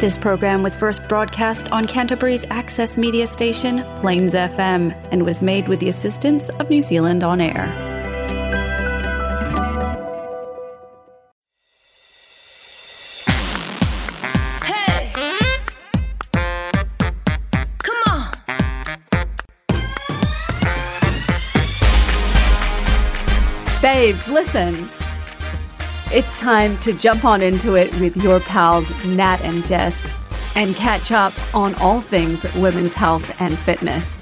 This program was first broadcast on Canterbury's access media station, Plains FM, and was made with the assistance of New Zealand On Air. Hey! Come on! Babes, listen. It's time to jump on into it with your pals, Nat and Jess, and catch up on all things women's health and fitness.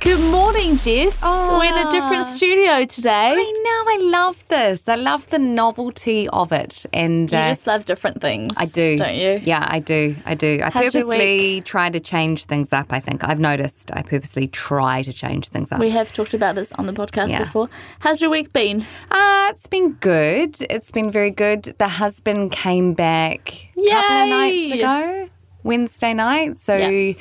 Good morning, Jess. Oh. We're in a different studio today. I know. I love this. I love the novelty of it, and You uh, just love different things. I do. Don't you? Yeah, I do. I do. I How's your purposely try to change things up. I think I've noticed. I purposely try to change things up. We have talked about this on the podcast Yeah. before. How's your week been? Uh, it's been good. It's been very good. The husband came back a couple of nights Yay! ago, Wednesday night. So, Yeah. yeah,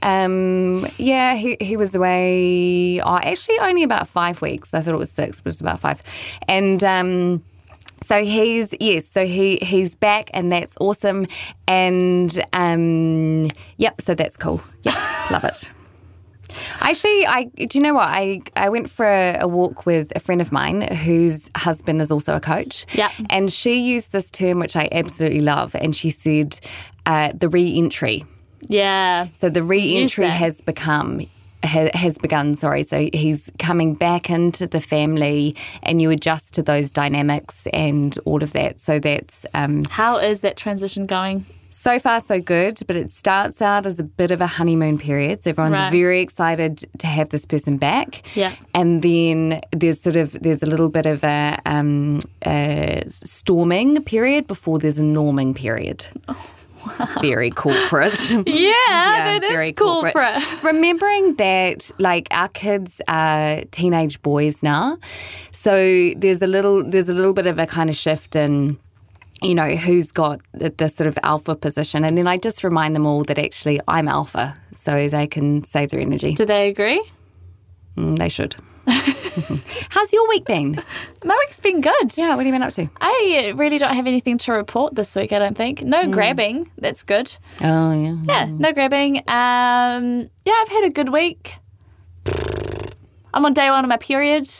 um, yeah he, he was away, oh, actually, only about five weeks. I thought it was six, but it was about five. And, um, so he's yes, so he he's back and that's awesome, and um, yep, so that's cool. Yep, love it. Actually, I do you know what I I went for a, a walk with a friend of mine whose husband is also a coach. Yep. and she used this term which I absolutely love, and she said uh, the re-entry. Yeah. So the re-entry that. has become ha- has begun. Sorry, so he's coming back into the family, and you adjust to those dynamics and all of that. So that's um, How is that transition going? so far so good, but it starts out as a bit of a honeymoon period. So everyone's Right. very excited to have this person back. Yeah. And then there's sort of there's a little bit of a, um, a storming period before there's a norming period. Oh, Very corporate. Yeah, Yeah, very corporate. Remembering that, like our kids are teenage boys now, so there's a little there's a little bit of a kind of shift in. You know, who's got the, the sort of alpha position. And then I just remind them all that actually I'm alpha, so they can save their energy. Do they agree? Mm, they should. How's your week been? My week's been good. Yeah, what have you been up to? I really don't have anything to report this week, I don't think. No grabbing. That's good. Oh, yeah. Yeah, no grabbing. Um, yeah, I've had a good week. I'm on day one of my period.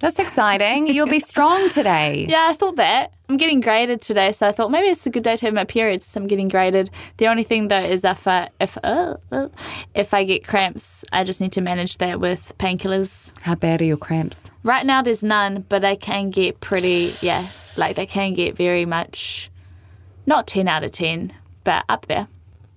That's exciting. You'll be strong today. Yeah, I thought that. I'm getting graded today, so I thought maybe it's a good day to have my period since I'm getting graded. The only thing though is if I if uh, uh, if I get cramps, I just need to manage that with painkillers. How bad are your cramps? Right now, there's none, but they can get pretty. Yeah, like they can get very much, not ten out of ten, but up there.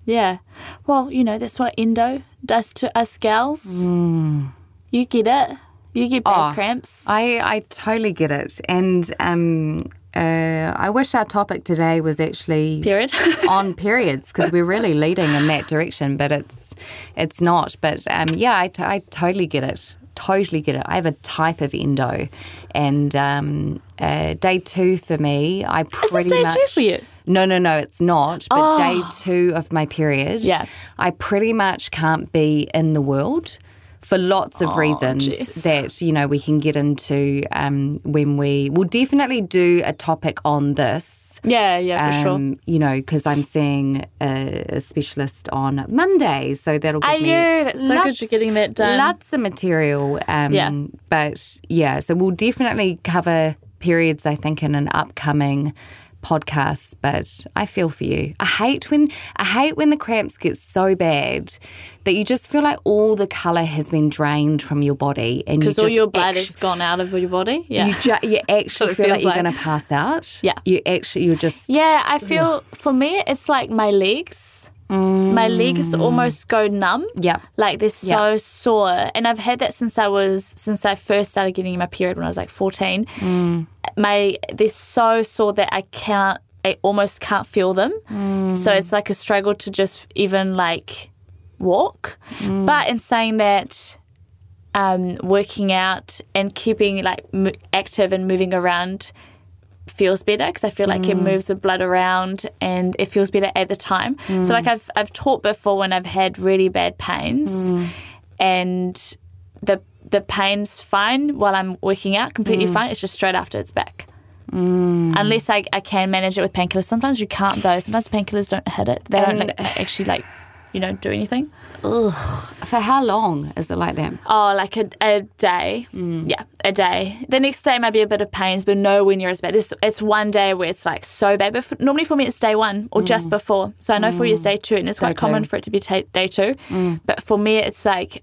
Yeah. Well, you know that's what endo does to us gals. Mm. You get it. You get bad Oh, cramps. I, I totally get it. And um, uh, I wish our topic today was actually period. on periods because we're really leading in that direction, but it's it's not. But um, yeah, I, t- I totally get it. Totally get it. I have a type of endo, and um, uh, day two for me, I pretty this day much two for you? Oh. No, no, no, it's not. But day two of my period, Yeah. I pretty much can't be in the world for lots Oh, of reasons jeez. that you know we can get into um, when we will definitely do a topic on this yeah, yeah, for sure. um, You know, because I'm seeing a, a specialist on Monday, so that'll give Are me. you? That's so good you're getting that done. Lots of material. Um, Yeah. But yeah, so we'll definitely cover periods. I think in an upcoming podcast. But I feel for you. I hate when I hate when the cramps get so bad that you just feel like all the color has been drained from your body, and you Because all just your blood actu- has gone out of your body. Yeah. You, ju- you it actually feel like feels you're like. going to pass out. Yeah. You actually, you're just yeah, I feel for me, it's like my legs. My legs almost go numb. Mm. Yeah. Like they're so sore. And I've had that since I was, since I first started getting my period when I was like 14. Mm. My, they're so sore that I can't, I almost can't feel them. Mm. So it's like a struggle to just even like walk. Mm. But in saying that, um, working out and keeping like m- active and moving around feels better because I feel like it moves the blood around and it feels better at the time. So like I've I've taught before when I've had really bad pains and the the pain's fine while I'm working out, completely fine. It's just straight after it's back. Unless I, I can manage it with painkillers. Sometimes you can't though. Sometimes painkillers don't hit it. They don't And- like, actually like, you know, do anything. For how long is it like that? Oh, like a, a day. Mm. Yeah, a day. The next day might be a bit of pains, but nowhere near as bad. This it's one day where it's like so bad. But for, normally for me, it's day one or just before. So I know for you it's day two, and it's quite Mm. two. Mm. common for it to be ta day two. But for me, it's like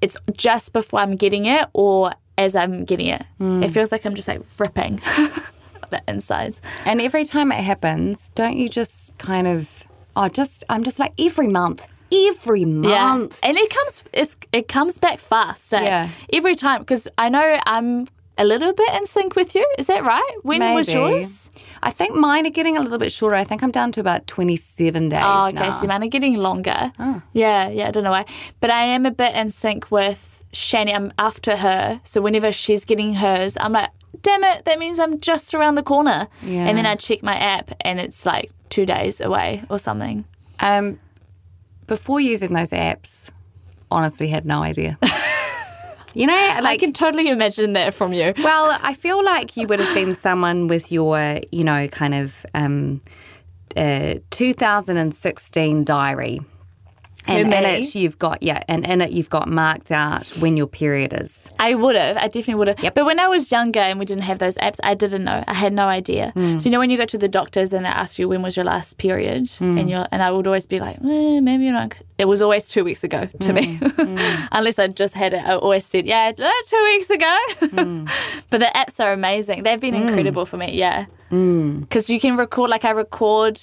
it's just before I'm getting it or as I'm getting it. Mm. It feels like I'm just like ripping the insides. And every time it happens, don't you just kind of, oh, just, I'm just like, every month, every month. Yeah. And it comes it's, it comes back fast. eh? Um, Yeah. Every time because I know I'm a little bit in sync with you. Is that right? When was Maybe. yours? I think mine are getting a little bit shorter. I think I'm down to about 27 days. Oh, okay. now. Oh. So mine are getting longer. Yeah, yeah. I don't know why, but I am a bit in sync with Shani. I'm after her, so whenever she's getting hers, I'm like, damn it, that means I'm just around the corner. Yeah. And then I check my app, and it's like two days away or something. Um, before using those apps, honestly, had no idea. you know, like, I can totally imagine that from you. well, I feel like you would have been someone with your, you know, kind of um, uh, 2016 diary. And Who, in me? it, you've got yeah, and in it, you've got marked out when your period is. I would have. I definitely would have. But when I was younger and we didn't have those apps, I didn't know. I had no idea. So you know when you go to the doctors and they ask you when was your last period, and you are and I would always be like, eh, maybe not. It was always two weeks ago to me, unless I just had it. I always said, yeah, it's, uh, two weeks ago. but the apps are amazing. They've been incredible for me. Yeah, because you can record. Like I record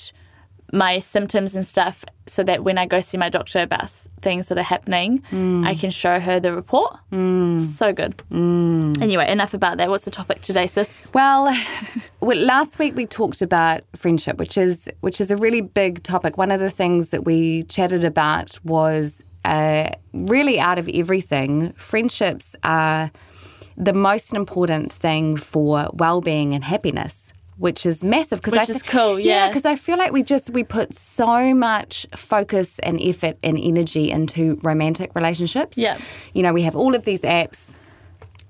my symptoms and stuff so that when I go see my doctor about s- things that are happening, I can show her the report. So good. Mm. Anyway, enough about that. What's the topic today, sis? Well, well, last week we talked about friendship, which is which is a really big topic. One of the things that we chatted about was uh, really out of everything, friendships are the most important thing for well-being and happiness, which is massive. Because Which is cool, yeah. because I feel like we just we put so much focus and effort and energy into romantic relationships. Yeah. you know, we have all of these apps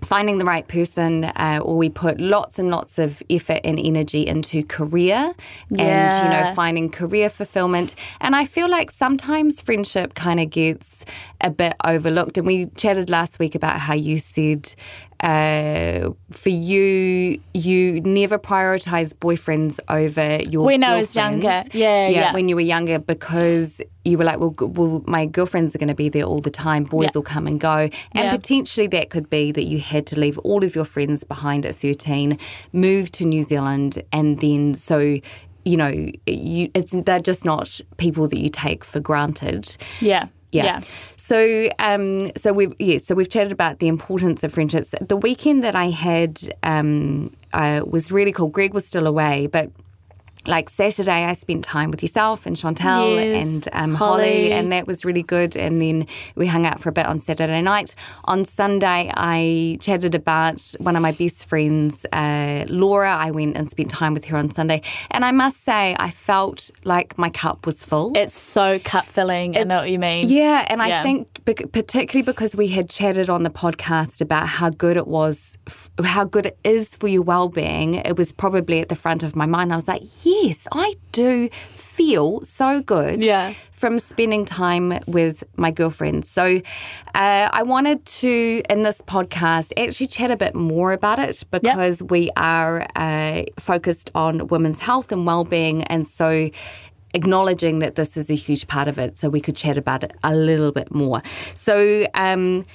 finding the right person, uh, or we put lots and lots of effort and energy into career and, you know, Yeah. finding career fulfillment. And I feel like sometimes friendship kind of gets a bit overlooked. And we chatted last week about how you said, uh, for you, you never prioritize boyfriends over your When I was girlfriends. younger. Yeah, yeah. When you were younger, because you were like, well, g- well my girlfriends are going to be there all the time. Boys Yeah. will come and go. And Yeah. potentially that could be that you had to leave all of your friends behind at 13, move to New Zealand, and then so. You know, you, it's, they're just not people that you take for granted. Yeah. Yeah. So, um, so we've yeah, so we've chatted about the importance of friendships. The weekend that I had um, uh, was really cool. Greg was still away, but like Saturday, I spent time with yourself and Chantel Yes. and um, Holly. Holly. and that was really good. And then we hung out for a bit on Saturday night. On Sunday, I chatted about one of my best friends, uh, Laura. I went and spent time with her on Sunday, and I must say, I felt like my cup was full. It's so cup filling. I know what you mean. Yeah, and I Um, Yeah. think bec- particularly because we had chatted on the podcast about how good it was, f- how good it is for your well-being, it was probably at the front of my mind. I was like, yes, I do feel so good. Yeah. From spending time with my girlfriends. So, uh, I wanted to, in this podcast, actually chat a bit more about it because we are uh, focused on women's health and well being. And so, acknowledging that this is a huge part of it so we could chat about it a little bit more so um,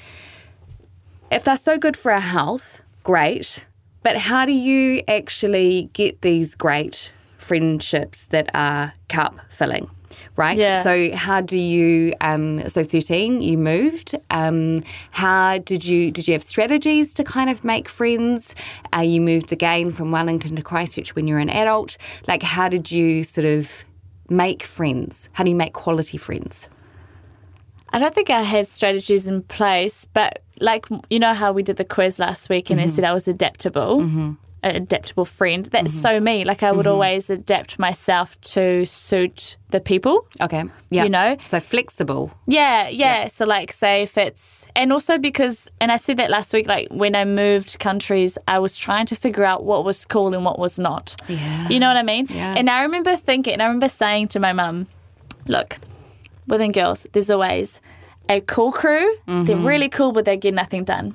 if they're so good for our health great but how do you actually get these great friendships that are cup filling right Yeah. so how do you um, so 13 you moved um, how did you did you have strategies to kind of make friends uh, you moved again from wellington to christchurch when you were an adult like how did you sort of make friends how do you make quality friends I don't think I had strategies in Mm-hmm. place, but like you know how we did the quiz last week and I said I was adaptable. an adaptable friend. That's Mm-hmm. so me. Like I would always adapt myself to suit the people. Okay. Yeah. You know? So flexible. Yeah, yeah. So like say if it's and also because and I said that last week, like when I moved countries, I was trying to figure out what was cool and what was not. Yeah. You know what I mean? Yeah. And I remember thinking and I remember saying to my mum, Look, within girls, there's always a cool crew, they're really cool but they get nothing done.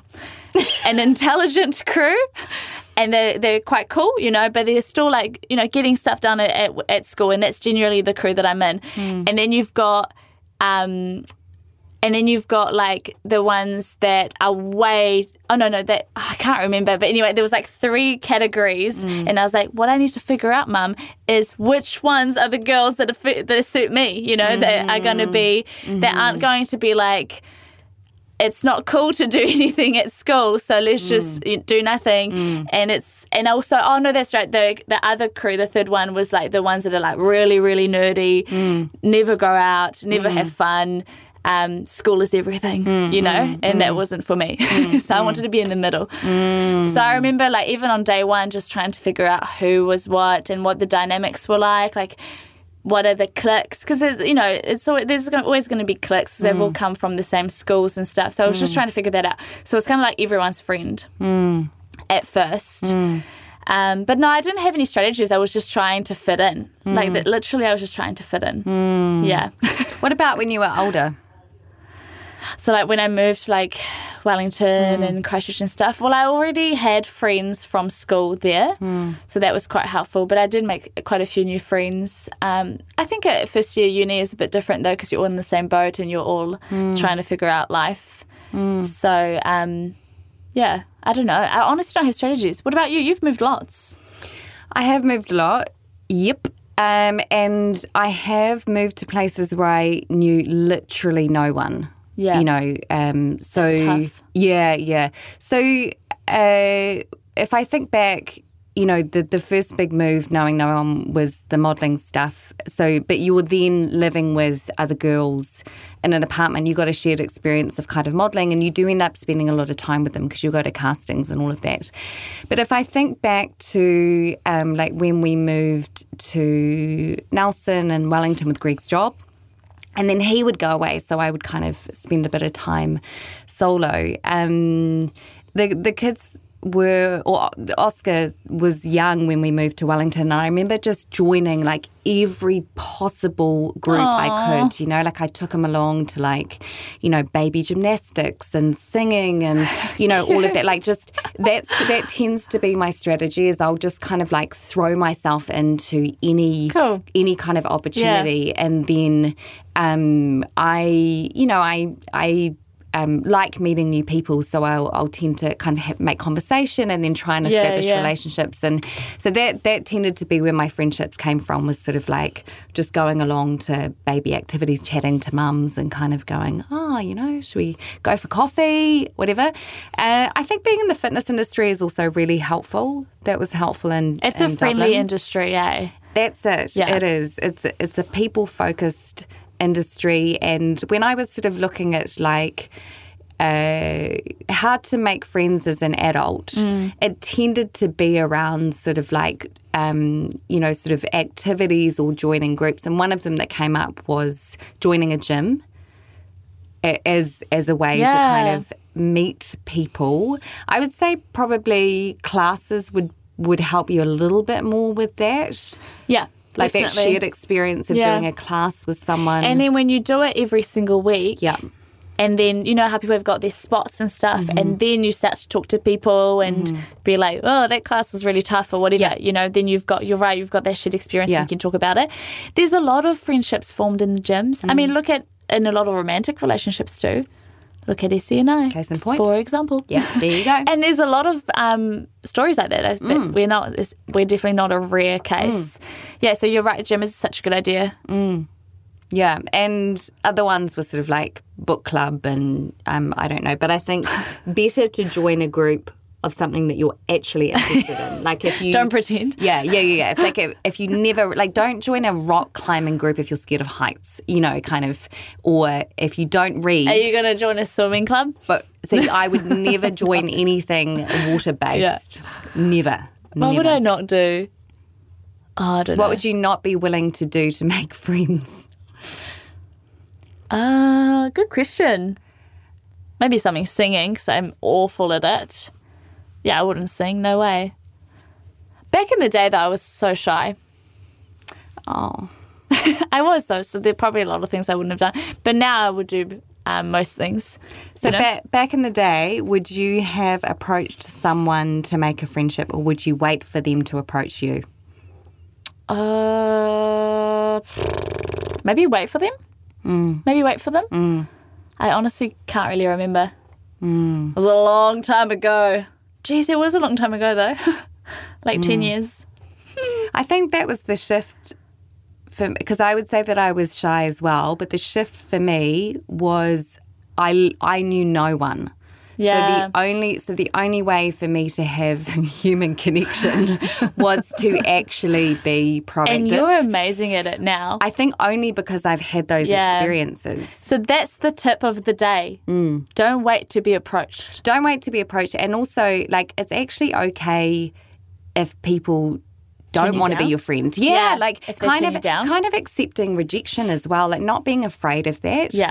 An intelligent crew and they're, they're quite cool, you know, but they're still like, you know, getting stuff done at, at, at school. And that's generally the crew that I'm in. And then you've got um, and then you've got like the ones that are way oh no no that oh, I can't remember but anyway there was like three categories and I was like what I need to figure out mum is which ones are the girls that are fi- that suit me you know that are going to be that aren't going to be like it's not cool to do anything at school, so let's just you- do nothing. And it's and also, oh no, that's right. The the other crew, the third one was like the ones that are like really, really nerdy, never go out, never have fun. Um, school is everything, you know, and that wasn't for me. so I wanted to be in the middle. So I remember, like, even on day one, just trying to figure out who was what and what the dynamics were like. Like, what are the cliques? Because you know, it's always, there's gonna- always going to be cliques. 'cause They've all come from the same schools and stuff. So I was just trying to figure that out. So it's kind of like everyone's friend at first. Um, but no, I didn't have any strategies. I was just trying to fit in. Like that, literally, I was just trying to fit in. Yeah. What about when you were older? so like when I moved to like Hmm. Wellington and Christchurch and stuff, well, I already had friends from school there, Hmm. so that was quite helpful. But I did make quite a few new friends. Um, I think at first year uni is a bit different though because you're all in the same boat and you're all Hmm. trying to figure out life. So um, yeah, I don't know. I honestly don't have strategies. What about you? You've moved lots. I have moved a lot. Yep. Um, and I have moved to places where I knew literally no one. Yeah. You know, um, so. That's tough. Yeah, yeah. So uh, if I think back, you know, the, the first big move knowing no one was the modelling stuff. So, but you were then living with other girls in an apartment. You got a shared experience of kind of modelling and you do end up spending a lot of time with them because you go to castings and all of that. But if I think back to um, like when we moved to Nelson and Wellington with Greg's job, and then he would go away, so I would kind of spend a bit of time solo. Um, the the kids were, or Oscar was young when we moved to Wellington. And I remember just joining like every possible group I could. You know, like I took him along to like, you know, baby gymnastics and singing and you know all of that. Like just that's that tends to be my strategy is I'll just kind of like throw myself into any Cool. any kind of opportunity and then um, i you know i i um, like meeting new people, so I'll, I'll tend to kind of ha- make conversation and then try and Yeah, establish yeah. relationships, and so that that tended to be where my friendships came from was sort of like just going along to baby activities, chatting to mums, and kind of going, oh, you know, should we go for coffee, whatever. Uh, I think being in the fitness industry is also really helpful. That was helpful, and It's a in friendly Dublin. industry, eh? That's it. Yeah. It is. It's a- it's a people focused industry, and when I was sort of looking at like uh, how to make friends as an adult, Mm. it tended to be around sort of like um, you know sort of activities or joining groups, and one of them that came up was joining a gym a- as as a way to kind Yeah. of meet people. I would say probably classes would would help you a little bit more with that Yeah, like definitely. that shared experience of Yeah. doing a class with someone. And then when you do it every single week, Yeah. And then you know how people have got their spots and stuff, Mm-hmm. and then you start to talk to people and Mm. be like, "Oh, that class was really tough," or whatever. You know, then you've got you're right, you've got that shit experience, Yeah. and you can talk about it. There's a lot of friendships formed in the gyms. I Mm. mean, look at in a lot of romantic relationships too. Look at Essie and I, Case in point. for example. yeah, there you go. Mm. And there's a lot of um, stories like that. that that We're not. it's- We're definitely not a rare case. Yeah. So you're right. Gym is such a good idea. yeah, and other ones were sort of like book club and um, I don't know, but I think better to join a group of something that you're actually interested in. Like if you Don't pretend. Yeah, yeah, yeah, yeah. It's like if, if you never like, don't join a rock climbing group if you're scared of heights, you know, kind of, or if you don't read. Are you going to join a swimming club? But see, I would never join anything water based. Never. What would Never. I not do? Oh, I don't know. What would you not be willing to do to make friends? Uh, good question. Maybe something singing because I'm awful at it. Yeah, I wouldn't sing. No way. Back in the day, though, I was so shy. Oh, I was though, so there are probably a lot of things I wouldn't have done. But now I would do um, most things. so you know? ba- back in the day, would you have approached someone to make a friendship, or would you wait for them to approach you? Uh, maybe wait for them. Maybe wait for them. I honestly can't really remember. It was a long time ago. Jeez, it was a long time ago though, like ten years. I think that was the shift for because I would say that I was shy as well, but the shift for me was I I knew no one. Yeah. So the only so the only way for me to have human connection was to actually be proactive. And you're amazing at it now. I think only because I've had those Yeah. experiences. so that's the tip of the day. Don't wait to be approached. Don't wait to be approached, and also like it's actually okay if people don't you want to be down? your friend. Yeah, Yeah, like if they kind turn of you down. kind of accepting rejection as well, like not being afraid of that. Yeah.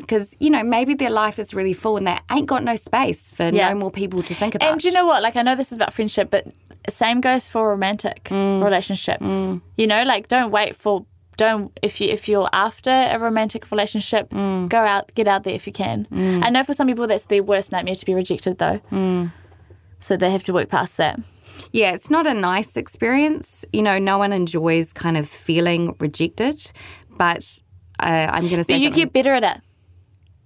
because you know maybe their life is really full and they ain't got no space for Yeah. no more people to think about. And you know what? Like I know this is about friendship, but same goes for romantic Mm. relationships. You know, like don't wait for don't if you if you're after a romantic relationship, Mm. go out get out there if you can. I know for some people that's their worst nightmare to be rejected though. Mm. So they have to work past that. Yeah, it's not a nice experience. You know, no one enjoys kind of feeling rejected, but. Uh, I'm going to say But you something- get better at it.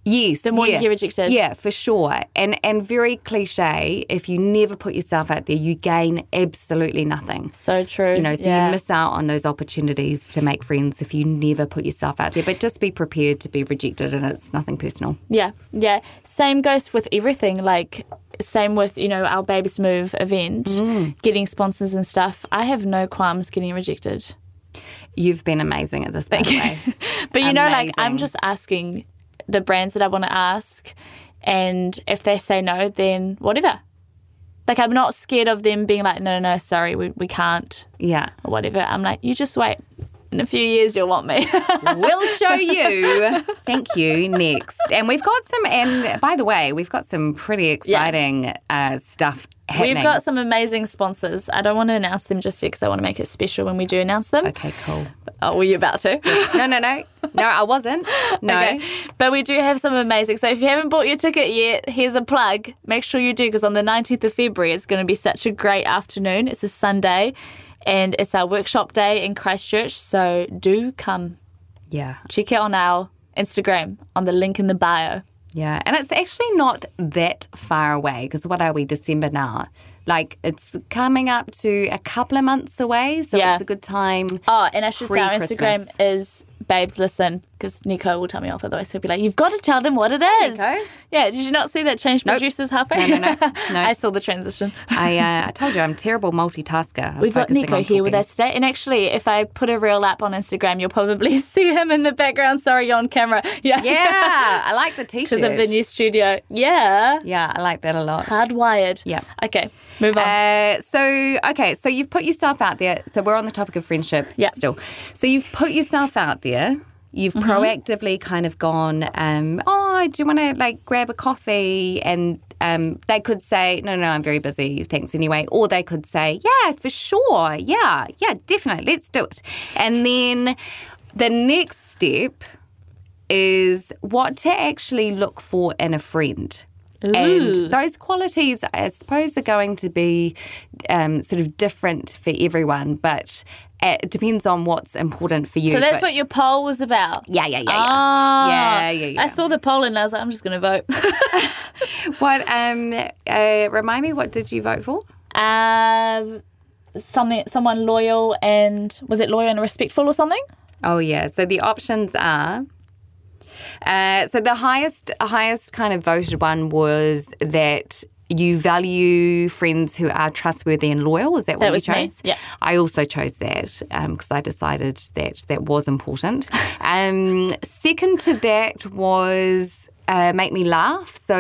Yes. The more you yeah. get rejected. Yeah, for sure. And and very cliche, if you never put yourself out there, you gain absolutely nothing. So true. You know, so Yeah. you miss out on those opportunities to make friends if you never put yourself out there. But just be prepared to be rejected and it's nothing personal. Yeah, yeah. Same goes with everything. Like, same with, you know, our Babies Move event, Mm. getting sponsors and stuff. I have no qualms getting rejected. You've been amazing at this, by the way. But, you know, like, I'm Amazing. just asking the brands that I want to ask. And if they say no, then whatever. Like, I'm not scared of them being like, no, no, no, sorry, we, we can't, Yeah. or whatever. I'm like, you just wait. In a few years, you'll want me. We'll show you. Thank you. Next. And we've got some, and by the way, we've got some pretty exciting uh, stuff happening. We've got some amazing sponsors. I don't want to announce them just yet because I want to make it special when we do announce them. Okay, cool. Oh, were you about to? No, no, no. No, I wasn't. No. Okay. But we do have some amazing. So if you haven't bought your ticket yet, here's a plug. Make sure you do because on the 19th of February, it's going to be such a great afternoon. It's a Sunday and it's our workshop day in Christchurch. So do come Yeah. check it on our Instagram on the link in the bio. Yeah, and it's actually not that far away because what are we, December now? Like it's coming up to a couple of months away, so Yeah. it's a good time. Oh, and I should say our Instagram Pre-Christmas. is babes listen because Nico will tell me off otherwise. He'll be like, "You've got to tell them what it is." Nico. Yeah. Did you not see that change producers halfway? No, no, no. No. I saw the transition. I, uh, I told you I'm terrible multitasker. I'm We've got focusing Nico on here with talking. us today. And actually, if I put a reel up on Instagram, you'll probably see him in the background. Sorry, you're on camera. Yeah. Yeah, I like the t-shirt. Because of the new studio. Yeah. yeah, I like that a lot. Hardwired. Yeah. Okay, move on. Uh, so okay, so you've put yourself out there. So we're on the topic of friendship Yeah. Mm-hmm. still. So you've put yourself out there. You've proactively kind of gone, um, oh, do you want to like grab a coffee? And um, they could say, no, no, I'm very busy. Thanks anyway. Or they could say, yeah, for sure. Yeah, yeah, definitely. Let's do it. And then the next step is what to actually look for in a friend. And those qualities, I suppose, are going to be um, sort of different for everyone, but it depends on what's important for you. so that's But- what your poll was about. Yeah, yeah, yeah, yeah. Ah. Yeah, yeah, yeah. I saw the poll and I was like, I'm just going to vote. What, um, uh, remind me, what did you vote for? um, something, someone loyal and was it loyal and respectful or something? Oh yeah. So the options are. Uh, so the highest highest kind of voted one was that you value friends who are trustworthy and loyal. Is that, what was you me, chose? yeah. I also chose that because I Um, decided that that was important. Um, second to that was uh, make me laugh. So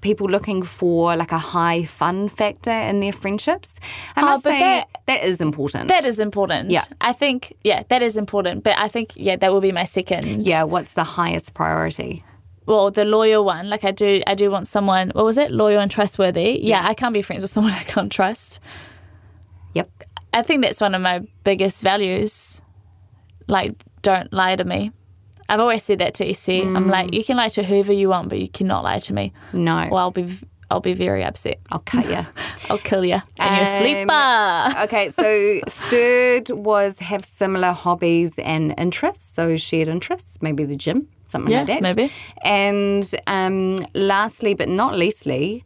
people looking for like a high fun factor in their friendships. I Oh, must but say that- that is important. That is important. Yeah. I think, yeah, that is important. But I think, yeah, that will be my second. yeah. What's the highest priority? Well, the loyal one. Like I do, I do want someone, what was it? Loyal and trustworthy. Yeah, I can't be friends with someone I can't trust. Yep. I think that's one of my biggest values. Like, don't lie to me. I've always said that to EC. I'm like, you can lie to whoever you want, but you cannot lie to me. Mm. No. Or I'll be, I'll be very upset. I'll cut you. I'll kill you. And you're a Um, sleeper. okay, so third was have similar hobbies and interests, so shared interests, maybe the gym, something like Yeah, that. maybe. And um, lastly, but not leastly,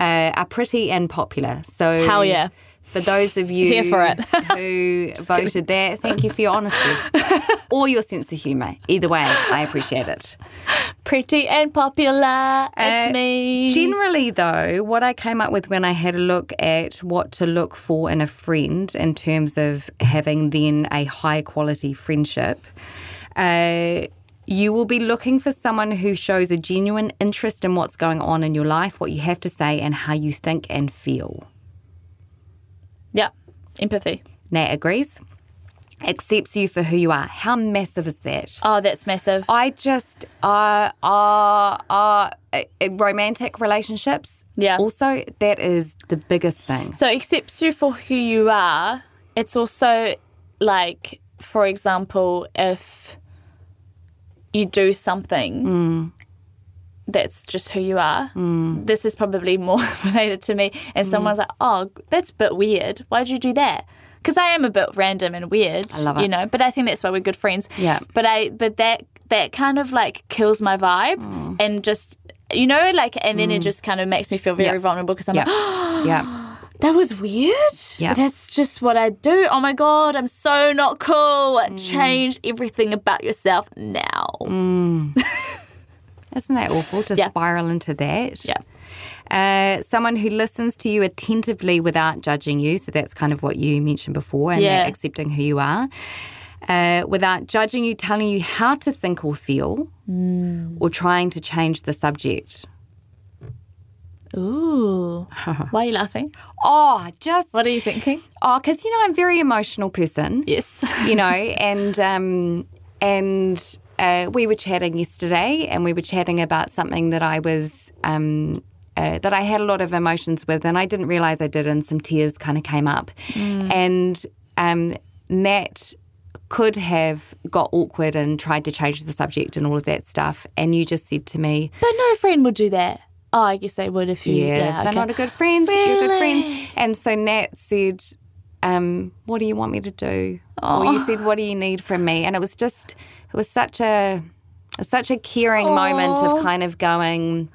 uh, are pretty and popular. So Hell yeah. For those of you Here for it. who voted there, thank you for your honesty or your sense of humour. Either way, I appreciate it. Pretty and popular. Uh, it's me. Generally, though, what I came up with when I had a look at what to look for in a friend in terms of having then a high quality friendship, uh, you will be looking for someone who shows a genuine interest in what's going on in your life, what you have to say, and how you think and feel. yeah. Empathy. Nat agrees, accepts you for who you are. How massive is that? Oh, that's massive. I just uh uh uh uh, romantic relationships. Yeah. Also, that is the biggest thing. So accepts you for who you are. It's also like, for example, if you do something Mm. that's just who you are. This is probably more related to me. And Mm. someone's like, "Oh, that's a bit weird. Why'd you do that?" Because I am a bit random and weird. I love it. You know, but I think that's why we're good friends. Yeah. But I, but that that kind of like kills my vibe Mm. and just. You know, like, and then it just kind of makes me feel very Yeah. vulnerable because I'm like, Yeah. yeah. that was weird. Yeah. That's just what I do. Oh my God, I'm so not cool. Change everything about yourself now. Isn't that awful to Yeah. spiral into that? Yeah. Uh, someone who listens to you attentively without judging you. So that's kind of what you mentioned before, and Yeah. that accepting who you are. Uh, without judging you, telling you how to think or feel, or trying to change the subject. Ooh. Why are you laughing? Oh, just What are you thinking? oh, because you know I'm a very emotional person. Yes. you know, and um, and uh, we were chatting yesterday, and we were chatting about something that I was um, uh, that I had a lot of emotions with, and I didn't realize I did, and some tears kind of came up, and um, Nat could have got awkward and tried to change the subject and all of that stuff, and you just said to me, But no friend would do that. Oh, I guess they would if you. yeah, if they're okay. not a good friend. You're a good friend. Really? And so Nat said, um, what do you want me to do? Or you said, what do you need from me? And it was just, it was such a, it was such a caring moment of kind of going,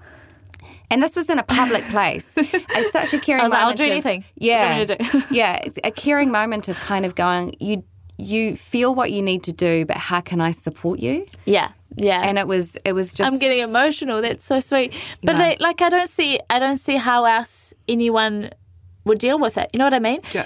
and this was in a public place. It's such a caring I was like, moment. I'll do of- anything. What do you Yeah. want me to do? yeah. It's a caring moment of kind of going, you, you feel what you need to do, but how can I support you? Yeah. Yeah. And it was, it was just. I'm getting emotional. That's so sweet. But they, like, I don't see, I don't see how else anyone would deal with it. You know what I mean? Do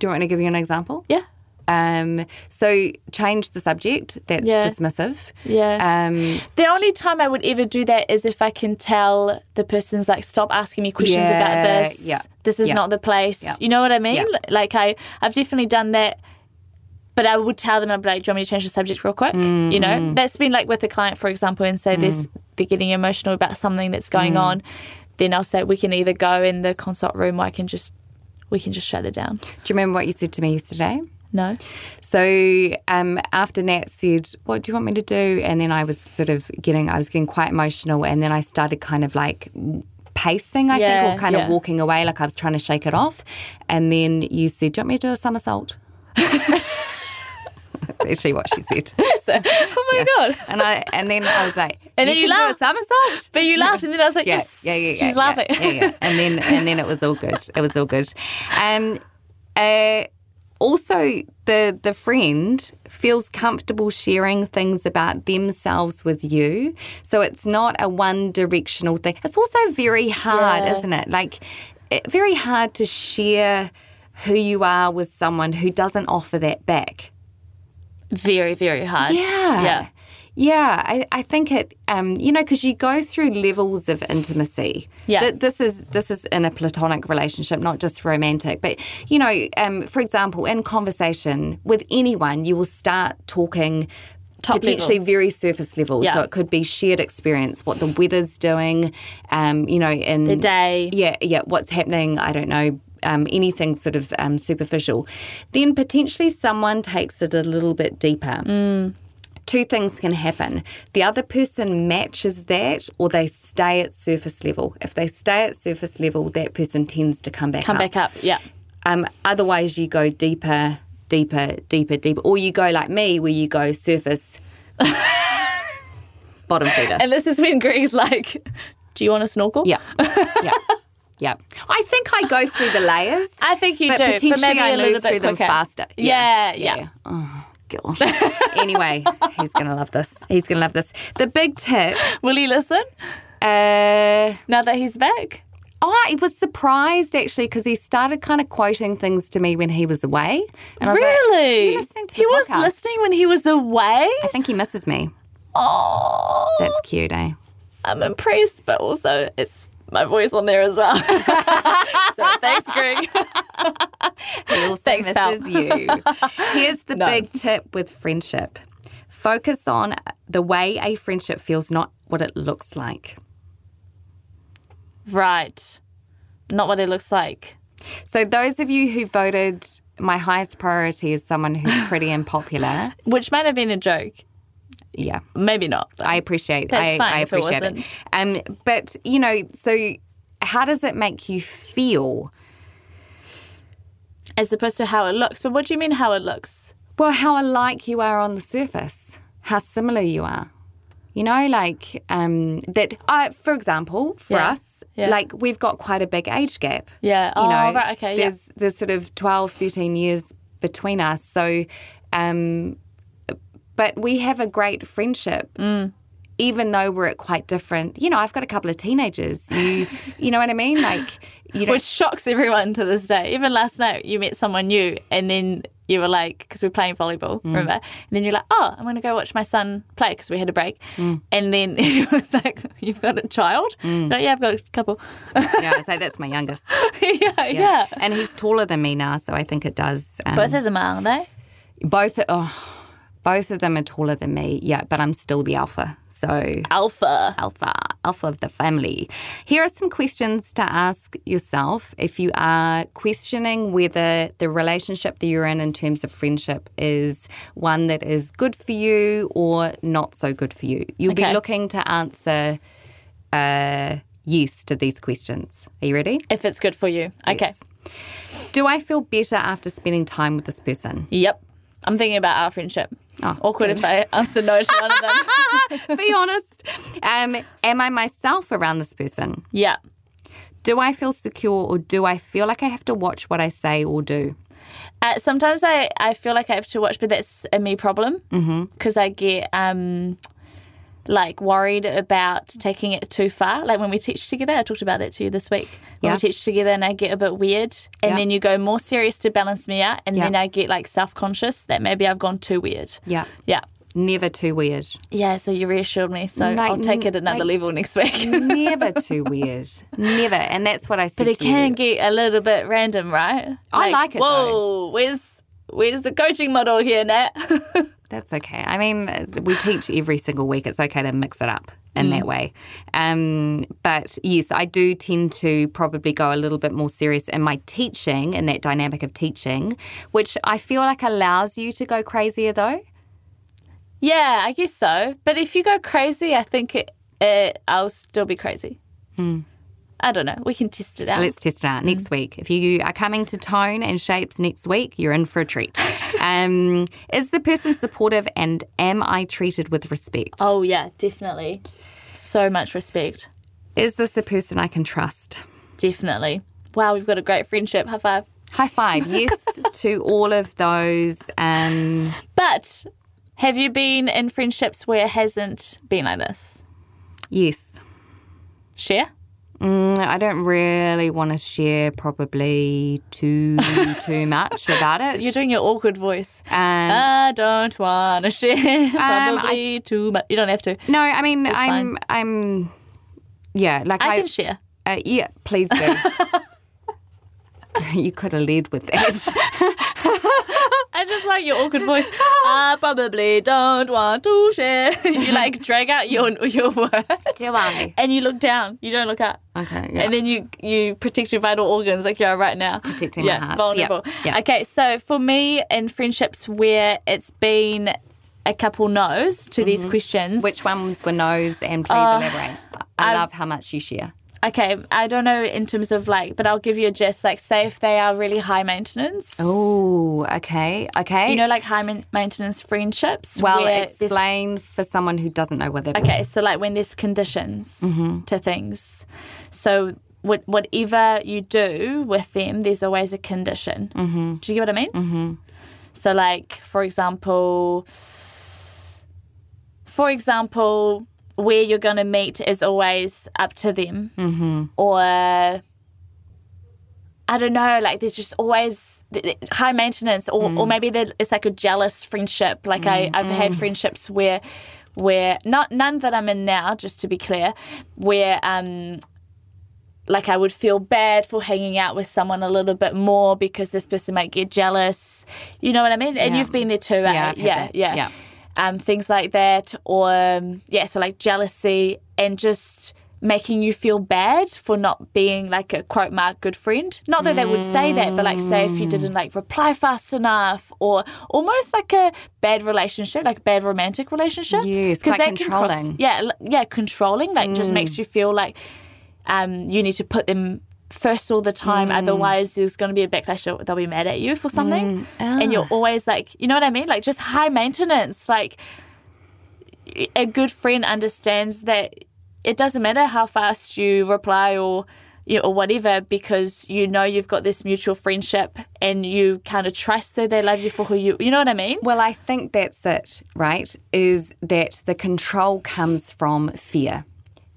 you want me to give you an example? Yeah. Um, so change the subject. That's Yeah. dismissive. Yeah. Um, The only time I would ever do that is if I can tell the person's like, stop asking me questions about Yeah, this. yeah, This is yeah. not the place. Yeah. You know what I mean? Yeah. Like I, I've definitely done that. But I would tell them, I'd be like, do you want me to change the subject real quick? You Mm. know, that's been like with a client, for example, and say this, they're getting emotional about something that's Mm. going on. Then I'll say we can either go in the consult room or I can just, we can just shut it down. do you remember what you said to me yesterday? No. So um, after Nat said, "What do you want me to do?" and then I was sort of getting, I was getting quite emotional, and then I started kind of like pacing, I Yeah, think, or kind yeah. of walking away, like I was trying to shake it off. And then you said, "Do you want me to do a somersault?" That's actually what she said. oh my God. And I, and then I was like, And then you can do laughed. a somersault." But you laughed, and then I was like, yeah, yes, yeah, yeah, yeah, she's yeah, laughing. Yeah, yeah. And then and then it was all good. It was all good. Um, uh, also, the the friend feels comfortable sharing things about themselves with you, so it's not a one directional thing. It's also very hard, Yeah. isn't it? Like, it, very hard to share who you are with someone who doesn't offer that back. Very, very hard. Yeah. Yeah. Yeah, I, I think it. Um, you know, because you go through levels of intimacy. Yeah. Th- this is this is in a platonic relationship, not just romantic. But you know, um, for example, in conversation with anyone, you will start talking. Top potentially level. very surface level, Yeah. so it could be shared experience, what the weather's doing, um, you know, in The day. yeah, yeah, what's happening, I don't know, um, anything sort of um, superficial. Then potentially someone takes it a little bit deeper two things can happen. The other person matches that or they stay at surface level. If they stay at surface level, that person tends to come back Come up. back up. Yeah. Um, otherwise, you go deeper, deeper, deeper, deeper. Or you go like me, where you go surface, bottom feeder. And this is when Greg's like, "Do you want to snorkel?" Yeah. Yeah. Yeah. I think I go through the layers. I think you but do. potentially but maybe I a little move bit through them quicker. faster. Yeah. Yeah. Oh, Gosh. anyway, he's going to love this. He's going to love this. The big tip Will he listen Uh, now that he's back? oh, I was surprised actually because he started kind of quoting things to me when he was away. And I was like, Really? "You're listening to the he was podcast." listening when he was away. I think he misses me. Oh, That's cute, eh? I'm impressed, but also it's my voice on there as well. so thanks, Greg. He also Thanks, pal. misses you. Here's the big tip with friendship: focus on the way a friendship feels, not what it looks like. Right. Not what it looks like. So, those of you who voted. My highest priority is someone who's pretty and popular. Which might have been a joke. Yeah. Maybe not. though. I appreciate. That's I, fine I if it appreciate it. Um, but you know, so how does it make you feel? As opposed to how it looks. But what do you mean how it looks? Well, how alike you are on the surface, how similar you are. You know, like um, that. Uh, for example, for Yeah. us, Yeah. like we've got quite a big age gap. Yeah. you oh, know, right. Okay. Yeah. there's there's sort of 12, 13 years between us. So, um, but we have a great friendship. Mm. Even though we're at quite different, you know, I've got a couple of teenagers. You, you know what I mean? Like, you know, Which shocks everyone to this day. Even last night, you met someone new, and then you were like, because we're playing volleyball, Mm. remember? And then you're like, oh, I'm going to go watch my son play because we had a break. Mm. And then it was like, you've got a child? Like, yeah, I've got a couple. yeah, so that's my youngest. yeah, yeah, and he's taller than me now, so I think it does. Um, Both of them are, aren't they? both oh, both of them are taller than me. Yeah, but I'm still the alpha. So Alpha. alpha, alpha of the family. Here are some questions to ask yourself if you are questioning whether the relationship that you're in in terms of friendship is one that is good for you or not so good for you. You'll Okay. be looking to answer uh, yes to these questions. Are you ready? If it's good for you. Okay. Yes. Do I feel better after spending time with this person? Yep. I'm thinking about our friendship. Oh, Awkward if I answer no to one of them. Be honest. Um, am I myself around this person? yeah. Do I feel secure or do I feel like I have to watch what I say or do? Uh, sometimes I, I feel like I have to watch, but that's a me problem because mm I get um, like worried about taking it too far. Like when we teach together, I talked about that to you this week. When Yeah. we teach together, and I get a bit weird, and Yeah. then you go more serious to balance me out, and Yeah. then I get like self conscious that maybe I've gone too weird. Yeah. Yeah. Never too weird. Yeah, so you reassured me. So Like, I'll take it n- another like- level next week. Never too weird. Never. And that's what I said But it to you. can get a little bit random, right? I like it, Whoa, where's where's the coaching model here, Nat? That's okay. I mean, uh, we teach every single week. It's okay to mix it up in Mm. that way. Um, but yes, I do tend to probably go a little bit more serious in my teaching and that dynamic of teaching, which I feel like allows you to go crazier though. yeah, I guess so. But if you go crazy, I think it, it, I'll still be crazy. I don't know. We can test it out. Hmm. Let's test it out Mm. next week. If you are coming to tone and shapes next week, you're in for a treat. um, is the person supportive and am I treated with respect? oh yeah, definitely. So much respect. Is this a person I can trust? Definitely. Wow, we've got a great friendship. High five. High five. Yes to all of those. Um, But have you been in friendships where it hasn't been like this? Yes. Share? Mm, I don't really want to share probably too too much about it. You're doing your awkward voice. Um, I don't want to share. I- Probably too much. You don't have to. No, I mean, I'm, fine. I'm, yeah, like I I, can share. uh, yeah, please do. you could have led with that. I just like your awkward voice. I probably don't want to share. You like drag out your your words. Do I? And you look down. You don't look up. Okay, yeah. And then you you protect your vital organs like you are right now. Protecting my yeah, heart. Vulnerable. Yeah, yeah. Okay, so for me in friendships where it's been a couple no's to these questions. Mm-hmm. Which ones were no's and please elaborate? I, love how much you share. okay, I don't know in terms of like, but I'll give you a gist. Like, say if they are really high maintenance. Oh, okay, okay. You know, like high man- maintenance friendships. well, where there's- explain for someone who doesn't know what that is. Okay, so like when there's conditions to things. So what, whatever you do with them, there's always a condition. Mm-hmm. Do you get what I mean? Mm-hmm. So like, for example, for example, where you're going to meet is always up to them. Mm-hmm. Or I don't know, like there's just always th- th- high maintenance, or, or maybe that it's like a jealous friendship. Like I, I've had friendships where, where not none that I'm in now, just to be clear, where um, like I would feel bad for hanging out with someone a little bit more because this person might get jealous. You know what I mean? And Yeah. you've been there too, Yeah, right? I've had that. yeah, Yeah. um, things like that, or um, yeah, so like jealousy and just making you feel bad for not being like a quote mark good friend. Not that they would say that, but like say if you didn't like reply fast enough, or almost like a bad relationship, like bad romantic relationship. Yes, quite that can cross- controlling. Mm. yeah, l- yeah, controlling. Like just makes you feel like um, you need to put them. First all the time, Mm. otherwise there's going to be a backlash. or They'll be mad at you for something, Mm. and Ah. you're always like, you know what I mean? Like just high maintenance. Like a good friend understands that it doesn't matter how fast you reply or you know, or whatever because you know you've got this mutual friendship and you kind of trust that they love you for who you you know what I mean? Well, I think that's it, right? Is that the control comes from fear.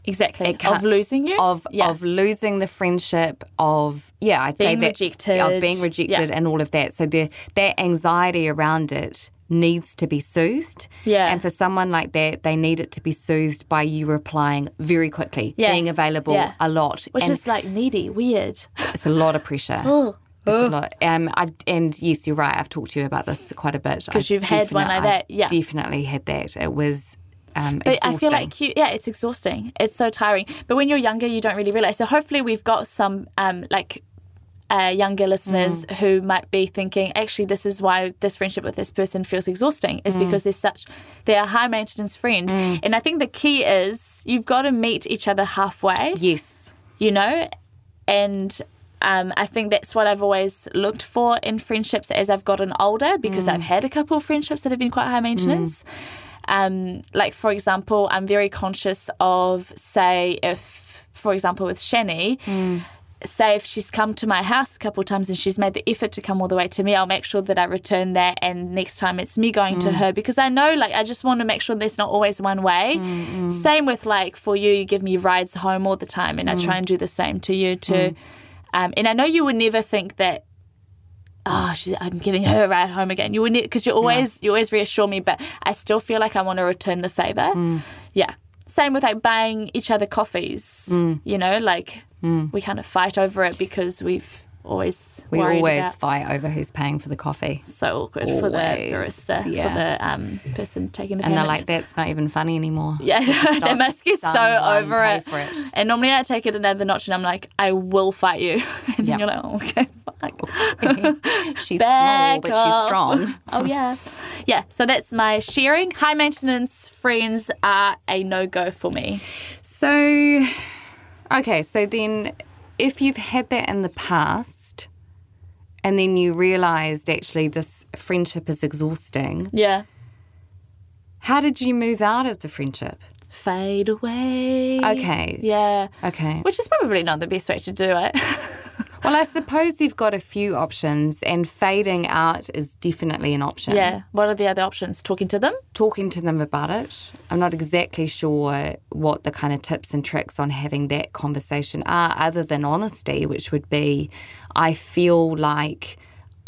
Exactly. can't- of losing you. of yeah. of losing the friendship of yeah I'd say Being that, rejected. of being rejected Yeah. and all of that so the that anxiety around it needs to be soothed Yeah. and for someone like that they need it to be soothed by you replying very quickly Yeah. being available Yeah. a lot which and is Oh. like needy, weird. it's a lot of pressure it's a lot um I've, and yes you're right I've talked to you about this quite a bit 'Cause I you've had one definite- like that, I've yeah. definitely had that it was um But I feel exhausting. like you, yeah, it's exhausting. It's so tiring. But when you're younger, you don't really realize. So hopefully, we've got some um, like uh, younger listeners Mm. who might be thinking, actually, this is why this friendship with this person feels exhausting, Mm. is because they're such they're a high maintenance friend. And I think the key is you've got to meet each other halfway yes you know and um, i think that's what i've always looked for in friendships as i've gotten older because i've had a couple of friendships that have been quite high maintenance um, like for example i'm very conscious of say if for example with shani Say if she's come to my house a couple of times and she's made the effort to come all the way to me, I'll make sure that I return that, and next time it's me going to her because I know, like, I just want to make sure there's not always one way. Same with like for you, you give me rides home all the time, and I try and do the same to you too. Um, and I know you would never think that. Oh, she's, I'm giving her a ride home again. You would because you always you always reassure me, but I still feel like I want to return the favor. Mm. Yeah. Same with like buying each other coffees. Mm. You know, like we kind of fight over it because we've always we worried always about- fight over who's paying for the coffee so awkward for the Always, barista yeah. for the um, person taking the payment. and they're like, "That's not even funny anymore." Yeah, they Stop. must get so Someone over pay it. for it. And normally I take it another notch and I'm like, I will fight you. And Yeah. then you're like, oh, okay, fuck. she's small, Back but she's off. strong. oh, yeah. Yeah, so that's my sharing. High maintenance friends are a no go for me. So, okay, so then if you've had that in the past, and then you realised actually this friendship is exhausting, Yeah. how did you move out of the friendship? Fade away. Okay. Yeah. Okay. Which is probably not the best way to do it. Well, I suppose you've got a few options, and fading out is definitely an option. Yeah. What are the other options? Talking to them? Talking to them about it. I'm not exactly sure what the kind of tips and tricks on having that conversation are, other than honesty, which would be I feel like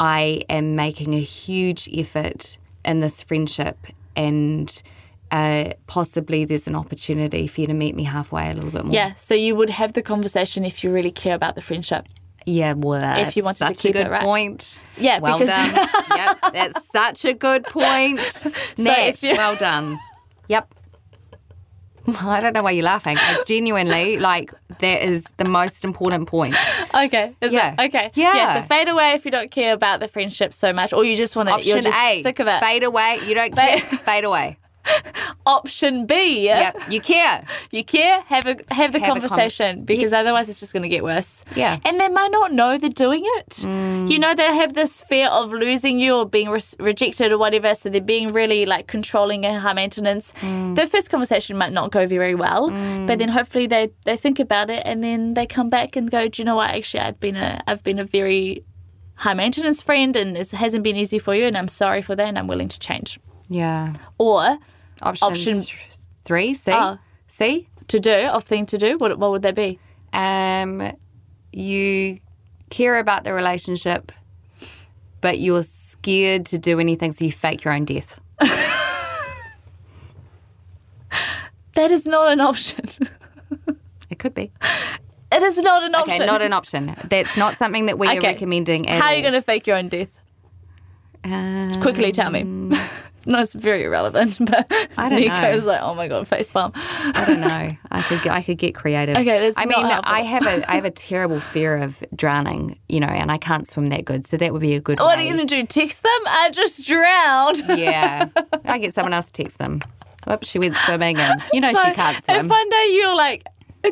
I am making a huge effort in this friendship, and uh, possibly there's an opportunity for you to meet me halfway a little bit more. Yeah. So you would have the conversation if you really care about the friendship. Yeah, well, that's If you wanted to such keep a good it right. point. Yeah, well because- done. yep, that's such a good point. Nat, if you- well done. Yep. I don't know why you're laughing. I genuinely, like, that is the most important point. Okay. Is Yeah. It? Okay. Yeah. Yeah. So fade away if you don't care about the friendship so much, or you just want to. you're Option just A, sick of it. fade away. You don't care, fade away. Option B. Yep, you care. You care. Have a have the Have a conver- conversation because otherwise it's just going to get worse. Yeah. And they might not know they're doing it. You know, they have this fear of losing you or being re- rejected or whatever. So they're being really like controlling and high maintenance. Their first conversation might not go very well, but then hopefully they they think about it and then they come back and go, do you know what? Actually, I've been a I've been a very high maintenance friend and it hasn't been easy for you and I'm sorry for that and I'm willing to change. Yeah. Or Option, Option- th- three, see? Oh. See? to do of thing to do, what what would that be? Um, you care about the relationship, but you're scared to do anything, so you fake your own death. That is not an option. It could be. It is not an option. Okay, not an option. That's not something that we are Okay. recommending. At Uh, How are you going to fake your own death? going to? Quickly tell me. no, it's very irrelevant, but Mm. I don't know. Nico's like, oh my God, face palm. I don't know. I could I could get creative. Okay, that's I not mean, helpful. I have a I have a terrible fear of drowning. You know, and I can't swim that good, so that would be a good. Oh, What are way. you going to do? Text them? I just drowned. Yeah, I get someone else to text them. Oops, she went swimming, and you know she So, can't If swim. one day you're like,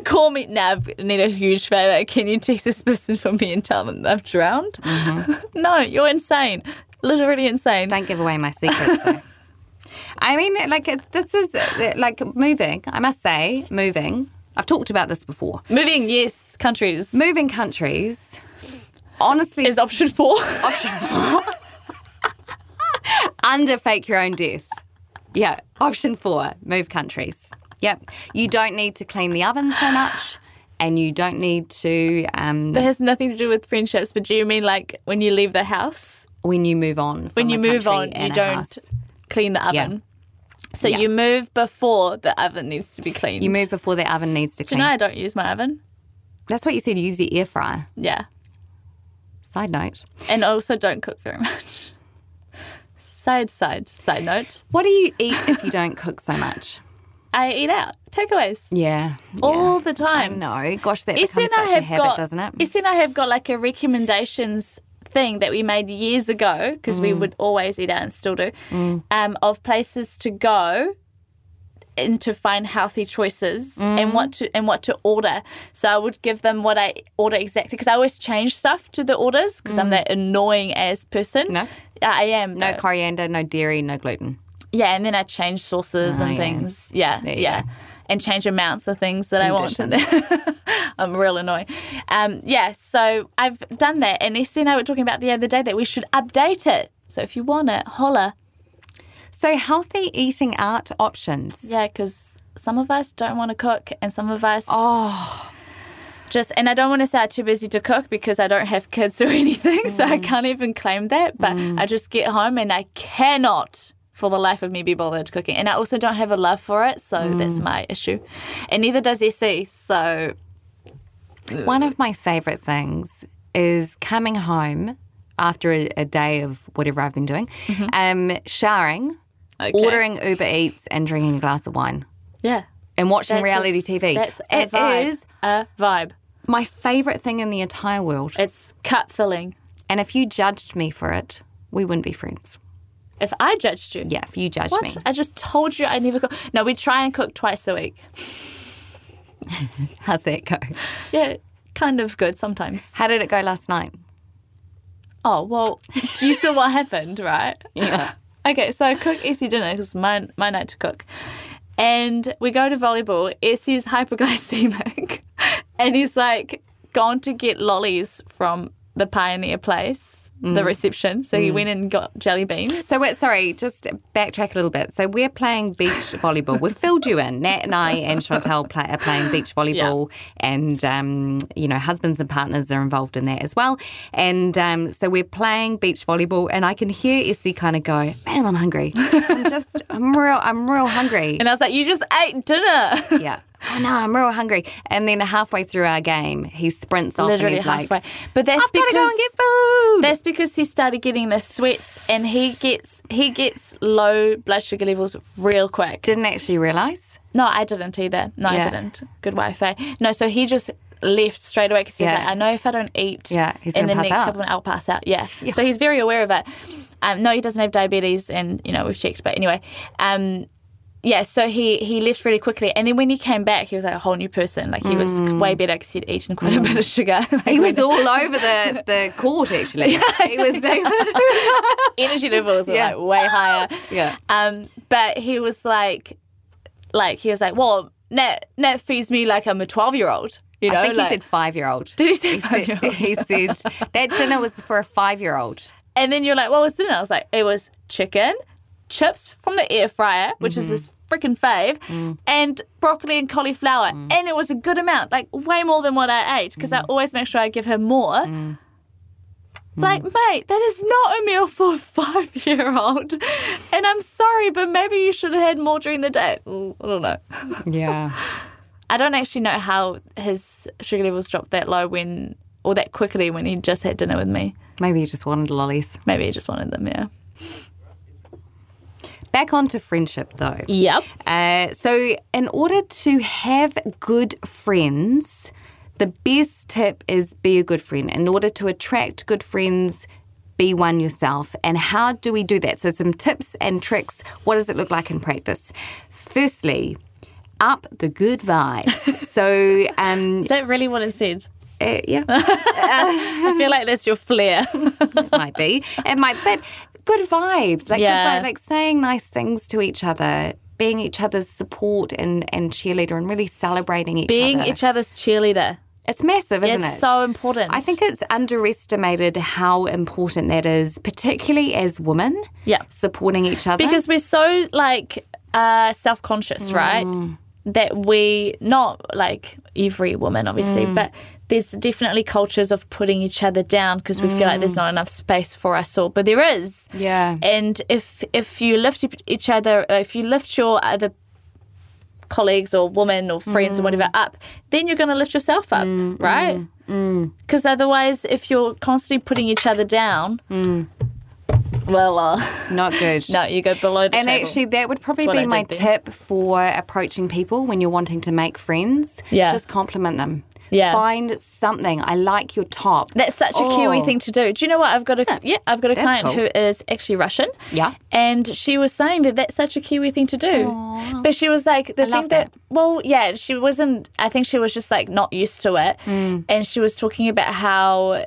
call me now, I need a huge favor. Can you text this person for me and tell them they've drowned? Mm-hmm. no, you're insane. Literally insane. Don't give away my secrets. though. I mean, like it- this is uh, like moving. I must say, moving. I've talked about this before. Moving, yes, countries Moving countries. Honestly, is option four. option four. Under fake your own death. Yeah. Option four, move countries. Yep. You don't need to clean the oven so much, and you don't need to um, that has nothing to do with friendships, but do you mean like when you leave the house? when you move on. From when you a move country on, and you a don't house. clean the Yeah. oven. So you move before the oven needs to be cleaned. You move before the oven needs to Do clean. you know I don't use my oven? That's what you said. Use your air fryer. Yeah, Side note. and I also don't cook very much. Side side side note. What do you eat if you don't cook so much? I eat out takeaways Yeah. all the time. No, gosh, that Essie and becomes I such a have habit, got, doesn't it? Essie and I have got like a recommendations thing that we made years ago because Mm. we would always eat out and still do, um, of places to go and to find healthy choices and what Mm. to and what to order. So I would give them what I order exactly because I always change stuff to the orders because I'm that annoying ass person. Mm. No. I am. no though. coriander, no dairy, no gluten. Yeah, and then I change sauces and Oh, yeah. things. Yeah, There yeah. you And change amounts of things that I want. And I'm real annoying. Um, yeah, so I've done that. And Essie and I were talking about the other day that we should update it. So if you want it, holla. So healthy eating out options. Yeah, because some of us don't want to cook and some of us. Oh. Just, and I don't want to say I'm too busy to cook because I don't have kids or anything. So Mm. I can't even claim that. But I just get home and I cannot. For the life of me, be bothered cooking, and I also don't have a love for it, so Mm. that's my issue. And neither does SE. So One of my favourite things is coming home after a, a day of whatever I've been doing, um, showering, Mm-hmm. Okay. ordering Uber Eats, and drinking a glass of wine yeah, and watching That's a- reality TV. that's a It vibe. is a vibe. my favourite thing in the entire world. It's cup filling. And if you judged me for it, we wouldn't be friends. If I judged you, Yeah, if you judged what? me. I just told you I never cook. No, we try and cook twice a week. How's that go? Yeah, kind of good sometimes. How did it go last night? Oh well, you saw what happened, right? Yeah. Okay, so I cook Essie dinner because my my night to cook, and we go to volleyball. Essie's hyperglycemic, and he's like gone to get lollies from the Pioneer Place, the reception. So he went and got jelly beans. Mm. So wait, sorry, just backtrack a little bit. So we're playing beach volleyball. We've filled you in. Nat and I and Chantel play, are playing beach volleyball, and um, you know husbands and partners are involved in that as well. And um, so we're playing beach volleyball, and I can hear Essie kind of go, "Man, I'm hungry. I'm just, I'm real, I'm real hungry." and I was like, you just ate dinner. yeah. Oh no, I'm real hungry. And then halfway through our game, he sprints off Literally and he's like, halfway. But that's "I've got because to go and get food." That's because he started getting the sweats and he gets he gets low blood sugar levels real quick. Didn't actually realize. no, I didn't either. No, I Yeah. didn't. Good wife, eh? No, so he just left straight away because he was Yeah. like, I know if I don't eat Yeah, he's in the gonna pass next out. couple of I'll pass out. Yeah. So he's very aware of it. Um, no, he doesn't have diabetes and, you know, we've checked. But anyway, um, yeah, so he, he left really quickly. And then when he came back, he was like a whole new person. Like, he was Mm. way better because he'd eaten quite a bit of sugar. Like, He was all over the, the court actually. He was energy levels were Yeah. like way higher. Yeah. Um, but he was like, like he was like, well, Nat Nat feeds me like I'm a twelve year old. You know, I think like, he said five year old. Did he say five-year-old? He said that dinner was for a five year old. And then you're like, what was dinner? I was like, it was chicken, chips from the air fryer, which Mm-hmm. is his freaking fave, Mm. and broccoli and cauliflower. And it was a good amount, like way more than what I ate, Mm. because I always make sure I give her more. Like, mate, that is not a meal for a five year old. And I'm sorry, but maybe you should have had more during the day. Mm, I don't know. Yeah. I don't actually know how his sugar levels dropped that low when, or that quickly when he just had dinner with me. Maybe he just wanted lollies. Maybe he just wanted them, yeah. Back onto friendship though. Yep. Uh, so, in order to have good friends, the best tip is be a good friend. In order to attract good friends, be one yourself. And how do we do that? So, some tips and tricks. What does it look like in practice? Firstly, up the good vibes. so, um, Is that really what it said? uh, yeah. I feel like that's your flair. it might be. It might, but good vibes, like Yeah. good vibe, like saying nice things to each other, being each other's support and, and cheerleader, and really celebrating each Being other. each other's cheerleader. it's massive, isn't it's it? so important. I think it's underestimated how important that is, particularly as women. Yeah. supporting each other Mm. because we're so like uh, self-conscious, right? That we not like every woman, obviously, Mm. but there's definitely cultures of putting each other down because we feel like there's not enough space for us all, but there is. Mm. Yeah. And if if you lift e-, each other, uh, if you lift your other colleagues or women or friends Mm. or whatever up, then you're going to lift yourself up, right? mm. Because otherwise, if you're constantly putting each other down, Mm. well, uh, not good. no, you go below the And table. actually, that would probably That's what be I my did there. tip for approaching people when you're wanting to make friends. Yeah. Just compliment them. Yeah. Find something. I like your top. That's such a Oh. Kiwi thing to do. Do you know what? I've got a yeah, I've got a That's client cool. who is actually Russian. Yeah. and she was saying that that's such a Kiwi thing to do. But she was like the love thing that, well, yeah, she wasn't. I think she was just like not used to it, and she was talking about how,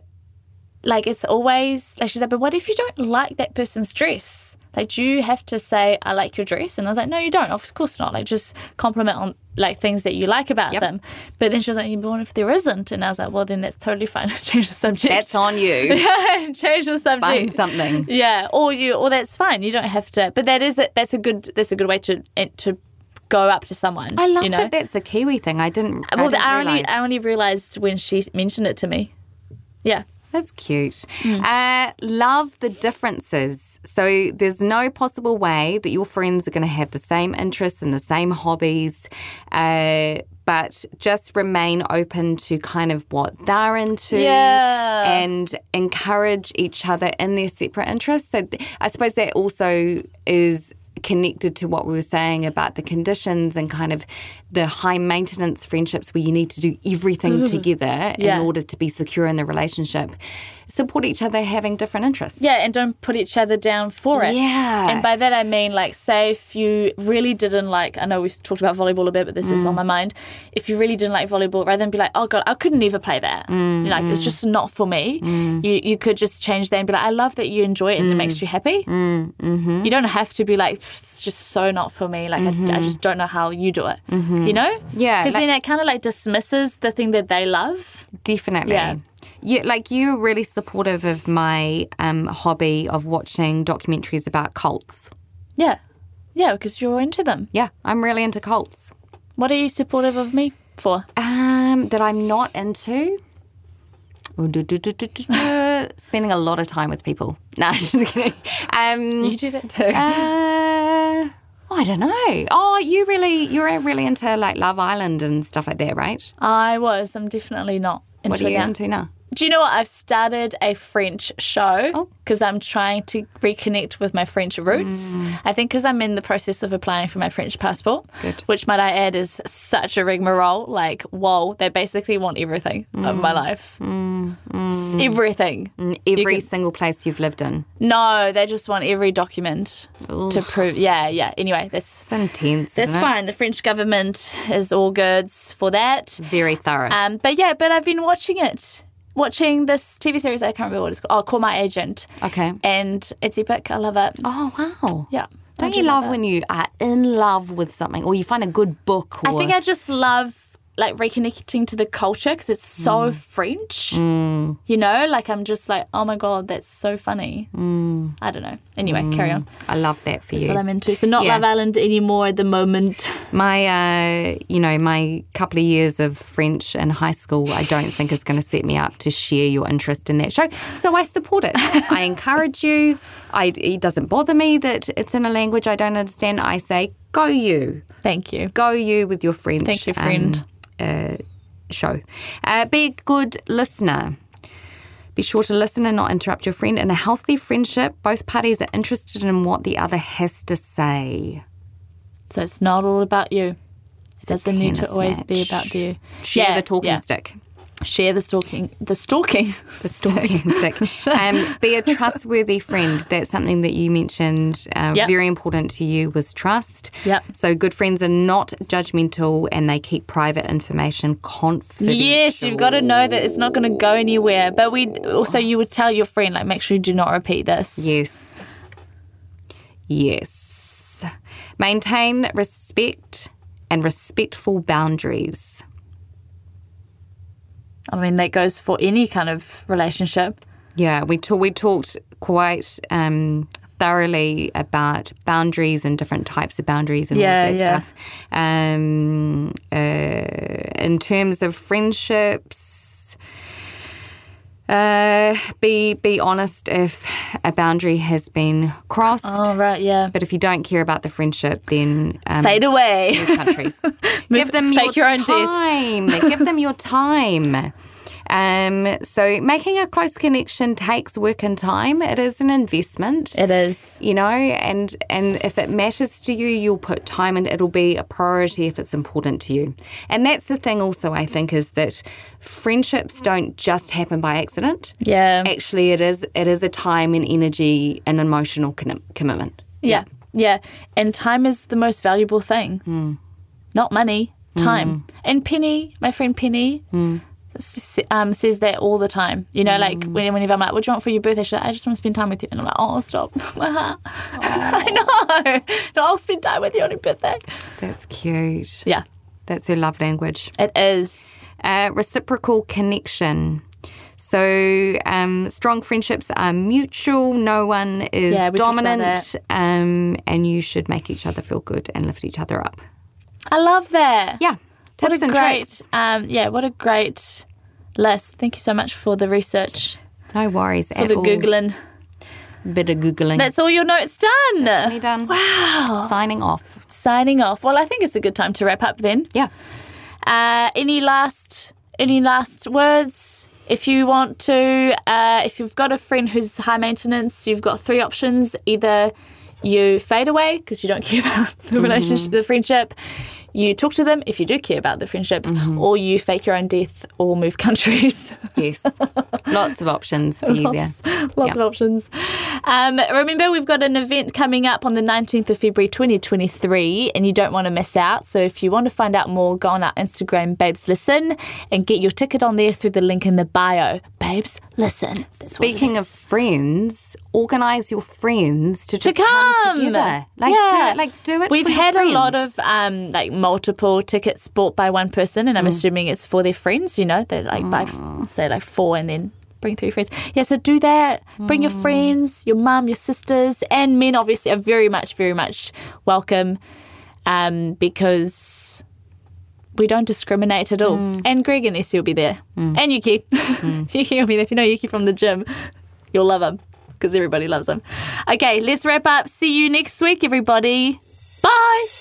like, it's always like she's like, but what if you don't like that person's dress? Like, do you have to say I like your dress? And I was like, no, you don't. Of course not. Like, just compliment on like things that you like about them. But then she was like, yeah, but what if there isn't? And I was like, well, then that's totally fine. Change the subject. That's on you. change the subject. Find something. Yeah, or you, or that's fine. You don't have to. But that is a, that's a good that's a good way to eh, to go up to someone. I love you know? that that's a Kiwi thing. I didn't. I Well, didn't I only realise. I only realized when she mentioned it to me. Yeah, That's cute. Mm. Uh, love the differences. So there's no possible way that your friends are going to have the same interests and the same hobbies. Uh, but just remain open to kind of what they're into Yeah. and encourage each other in their separate interests. So th- I suppose that also is connected to what we were saying about the conditions and kind of the high maintenance friendships where you need to do everything together Yeah. in order to be secure in the relationship, support each other having different interests. yeah, and don't put each other down for it. Yeah. And by that I mean, like, say if you really didn't like, I know we've talked about volleyball a bit, but this is Mm. on my mind. If you really didn't like volleyball, rather than be like, oh God, I could never play that. Mm, You're like, it's just not for me. You, you could just change that and be like, I love that you enjoy it and it Mm. makes you happy. mm-hmm. You don't have to be like, it's just so not for me. Like, I, I just don't know how you do it. you know? Mm-hmm. Yeah, Because like- then it kind of like dismisses the thing that they love. Definitely. Yeah. You, like you're really supportive of my um, hobby of watching documentaries about cults. Yeah. Yeah, because you're into them. Yeah, I'm really into cults. What are you supportive of me for? Um, that I'm not into. Ooh, do, do, do, do, do, do. Spending a lot of time with people. No, just kidding. Um, You do that too. uh, I don't know. Oh, you really, you're really into like Love Island and stuff like that, right? I was. I'm definitely not into What are it you now. into now? Do you know what? I've started a French show Oh. because I'm trying to reconnect with my French roots. Mm. I think because I'm in the process of applying for my French passport, Good. which might I add is such a rigmarole. Like, whoa, they basically want everything of Mm. my life. S- Everything. Every can- single place you've lived in. No, they just want every document to prove. Yeah, yeah. Anyway, that's It's intense. that's isn't it? fine. The French government is all goods for that. Very thorough. Um, but yeah, but I've been watching it, watching this TV series. I can't remember what it's called. Oh, Call My Agent. Okay. And it's epic. I love it. Oh wow! Yeah. I Don't do you love it. when you are in love with something, or you find a good book? Or, I think I just love like reconnecting to the culture because it's Mm. so French. You know, like I'm just like, oh my god, that's so funny. Mm. I don't know. Anyway, carry on. I love that for That's you. what I'm into. So not Yeah. Love Island anymore at the moment. my, uh, you know, my couple of years of French in high school, I don't think is going to set me up to share your interest in that show. So I support it. I encourage you. I, it doesn't bother me that it's in a language I don't understand. I say, go you. Thank you. go you with your French. Thank you, um, friend. uh, show. Uh, be a good listener. Be sure to listen and not interrupt your friend. In a healthy friendship, both parties are interested in what the other has to say. So it's not all about you. It a doesn't need to tennis always be match. about you. Share Yeah, the talking yeah. stick. Share the stalking. The stalking. The stalking stick. Um, be a trustworthy friend. That's something that you mentioned. Uh, Yep. Very important to you was trust. Yep. So good friends are not judgmental and they keep private information confidential. Yes, you've got to know that it's not going to go anywhere. But we also you would tell your friend like make sure you do not repeat this. Yes. Yes. Maintain respect and respectful boundaries. I mean that goes for any kind of relationship. Yeah, we ta- we talked quite um, thoroughly about boundaries and different types of boundaries and all Yeah, of that yeah. stuff. Um, uh, in terms of friendships, uh, be be honest if a boundary has been crossed. All right, yeah. But if you don't care about the friendship, then um, Fade away. all countries. give them fake your, your own death. time. give them your time. Um, so making a close connection takes work and time. It is an investment. It is. you know, and and if it matters to you, you'll put time and it'll be a priority if it's important to you. And that's the thing also I think is that friendships don't just happen by accident. Yeah. Actually it is it is a time and energy and emotional con- commitment. Yeah. Yeah. And time is the most valuable thing. Hmm. Not money, time. And Penny, my friend Penny, Hmm. s- um, says that all the time. You know, like when, whenever I'm like, what do you want for your birthday? She's like, I just want to spend time with you. And I'm like, oh, stop. My heart. I know. No, I'll spend time with you on your birthday. That's cute. Yeah, That's her love language. it is. uh, reciprocal connection. So um, strong friendships are mutual. No one is Yeah, we talked about dominant, um, and you should make each other feel good and lift each other up. I love that. Yeah, tips what a and great, tricks. um, yeah, what a great list. Thank you so much for the research, No worries for at the all. Googling. Bit of googling. That's all your notes done. me done. Wow. Signing off. signing off. Well, I think it's a good time to wrap up then. Yeah. Uh, any last any last words? If you want to, uh, if you've got a friend who's high maintenance, you've got three options: either you fade away because you don't care about the relationship, the friendship. You talk to them if you do care about the friendship, or you fake your own death or move countries. Yes. Lots of options for you there. lots, lots of options. Um, remember, we've got an event coming up on the 19th of February 2023, and you don't want to miss out. So, if you want to find out more, go on our Instagram, Babes Listen, and get your ticket on there through the link in the bio. Babes Listen. That's what it Speaking is. of friends, organize your friends to to just come. together. Like, Yeah. do, like do it. We've for your had a lot friends. of um, like multiple tickets bought by one person, Mm. and I'm assuming it's for their friends. You know, they like buy f- say like four and then bring three friends. Yeah, so do that. Bring Mm. your friends, your mum, your sisters, and men. Obviously, are very much, very much welcome um, because. We don't discriminate at all. And Greg and Essie will be there. And Yuki. Yuki will be there. If you know Yuki from the gym, you'll love him because everybody loves him. Okay, let's wrap up. See you next week, everybody. Bye.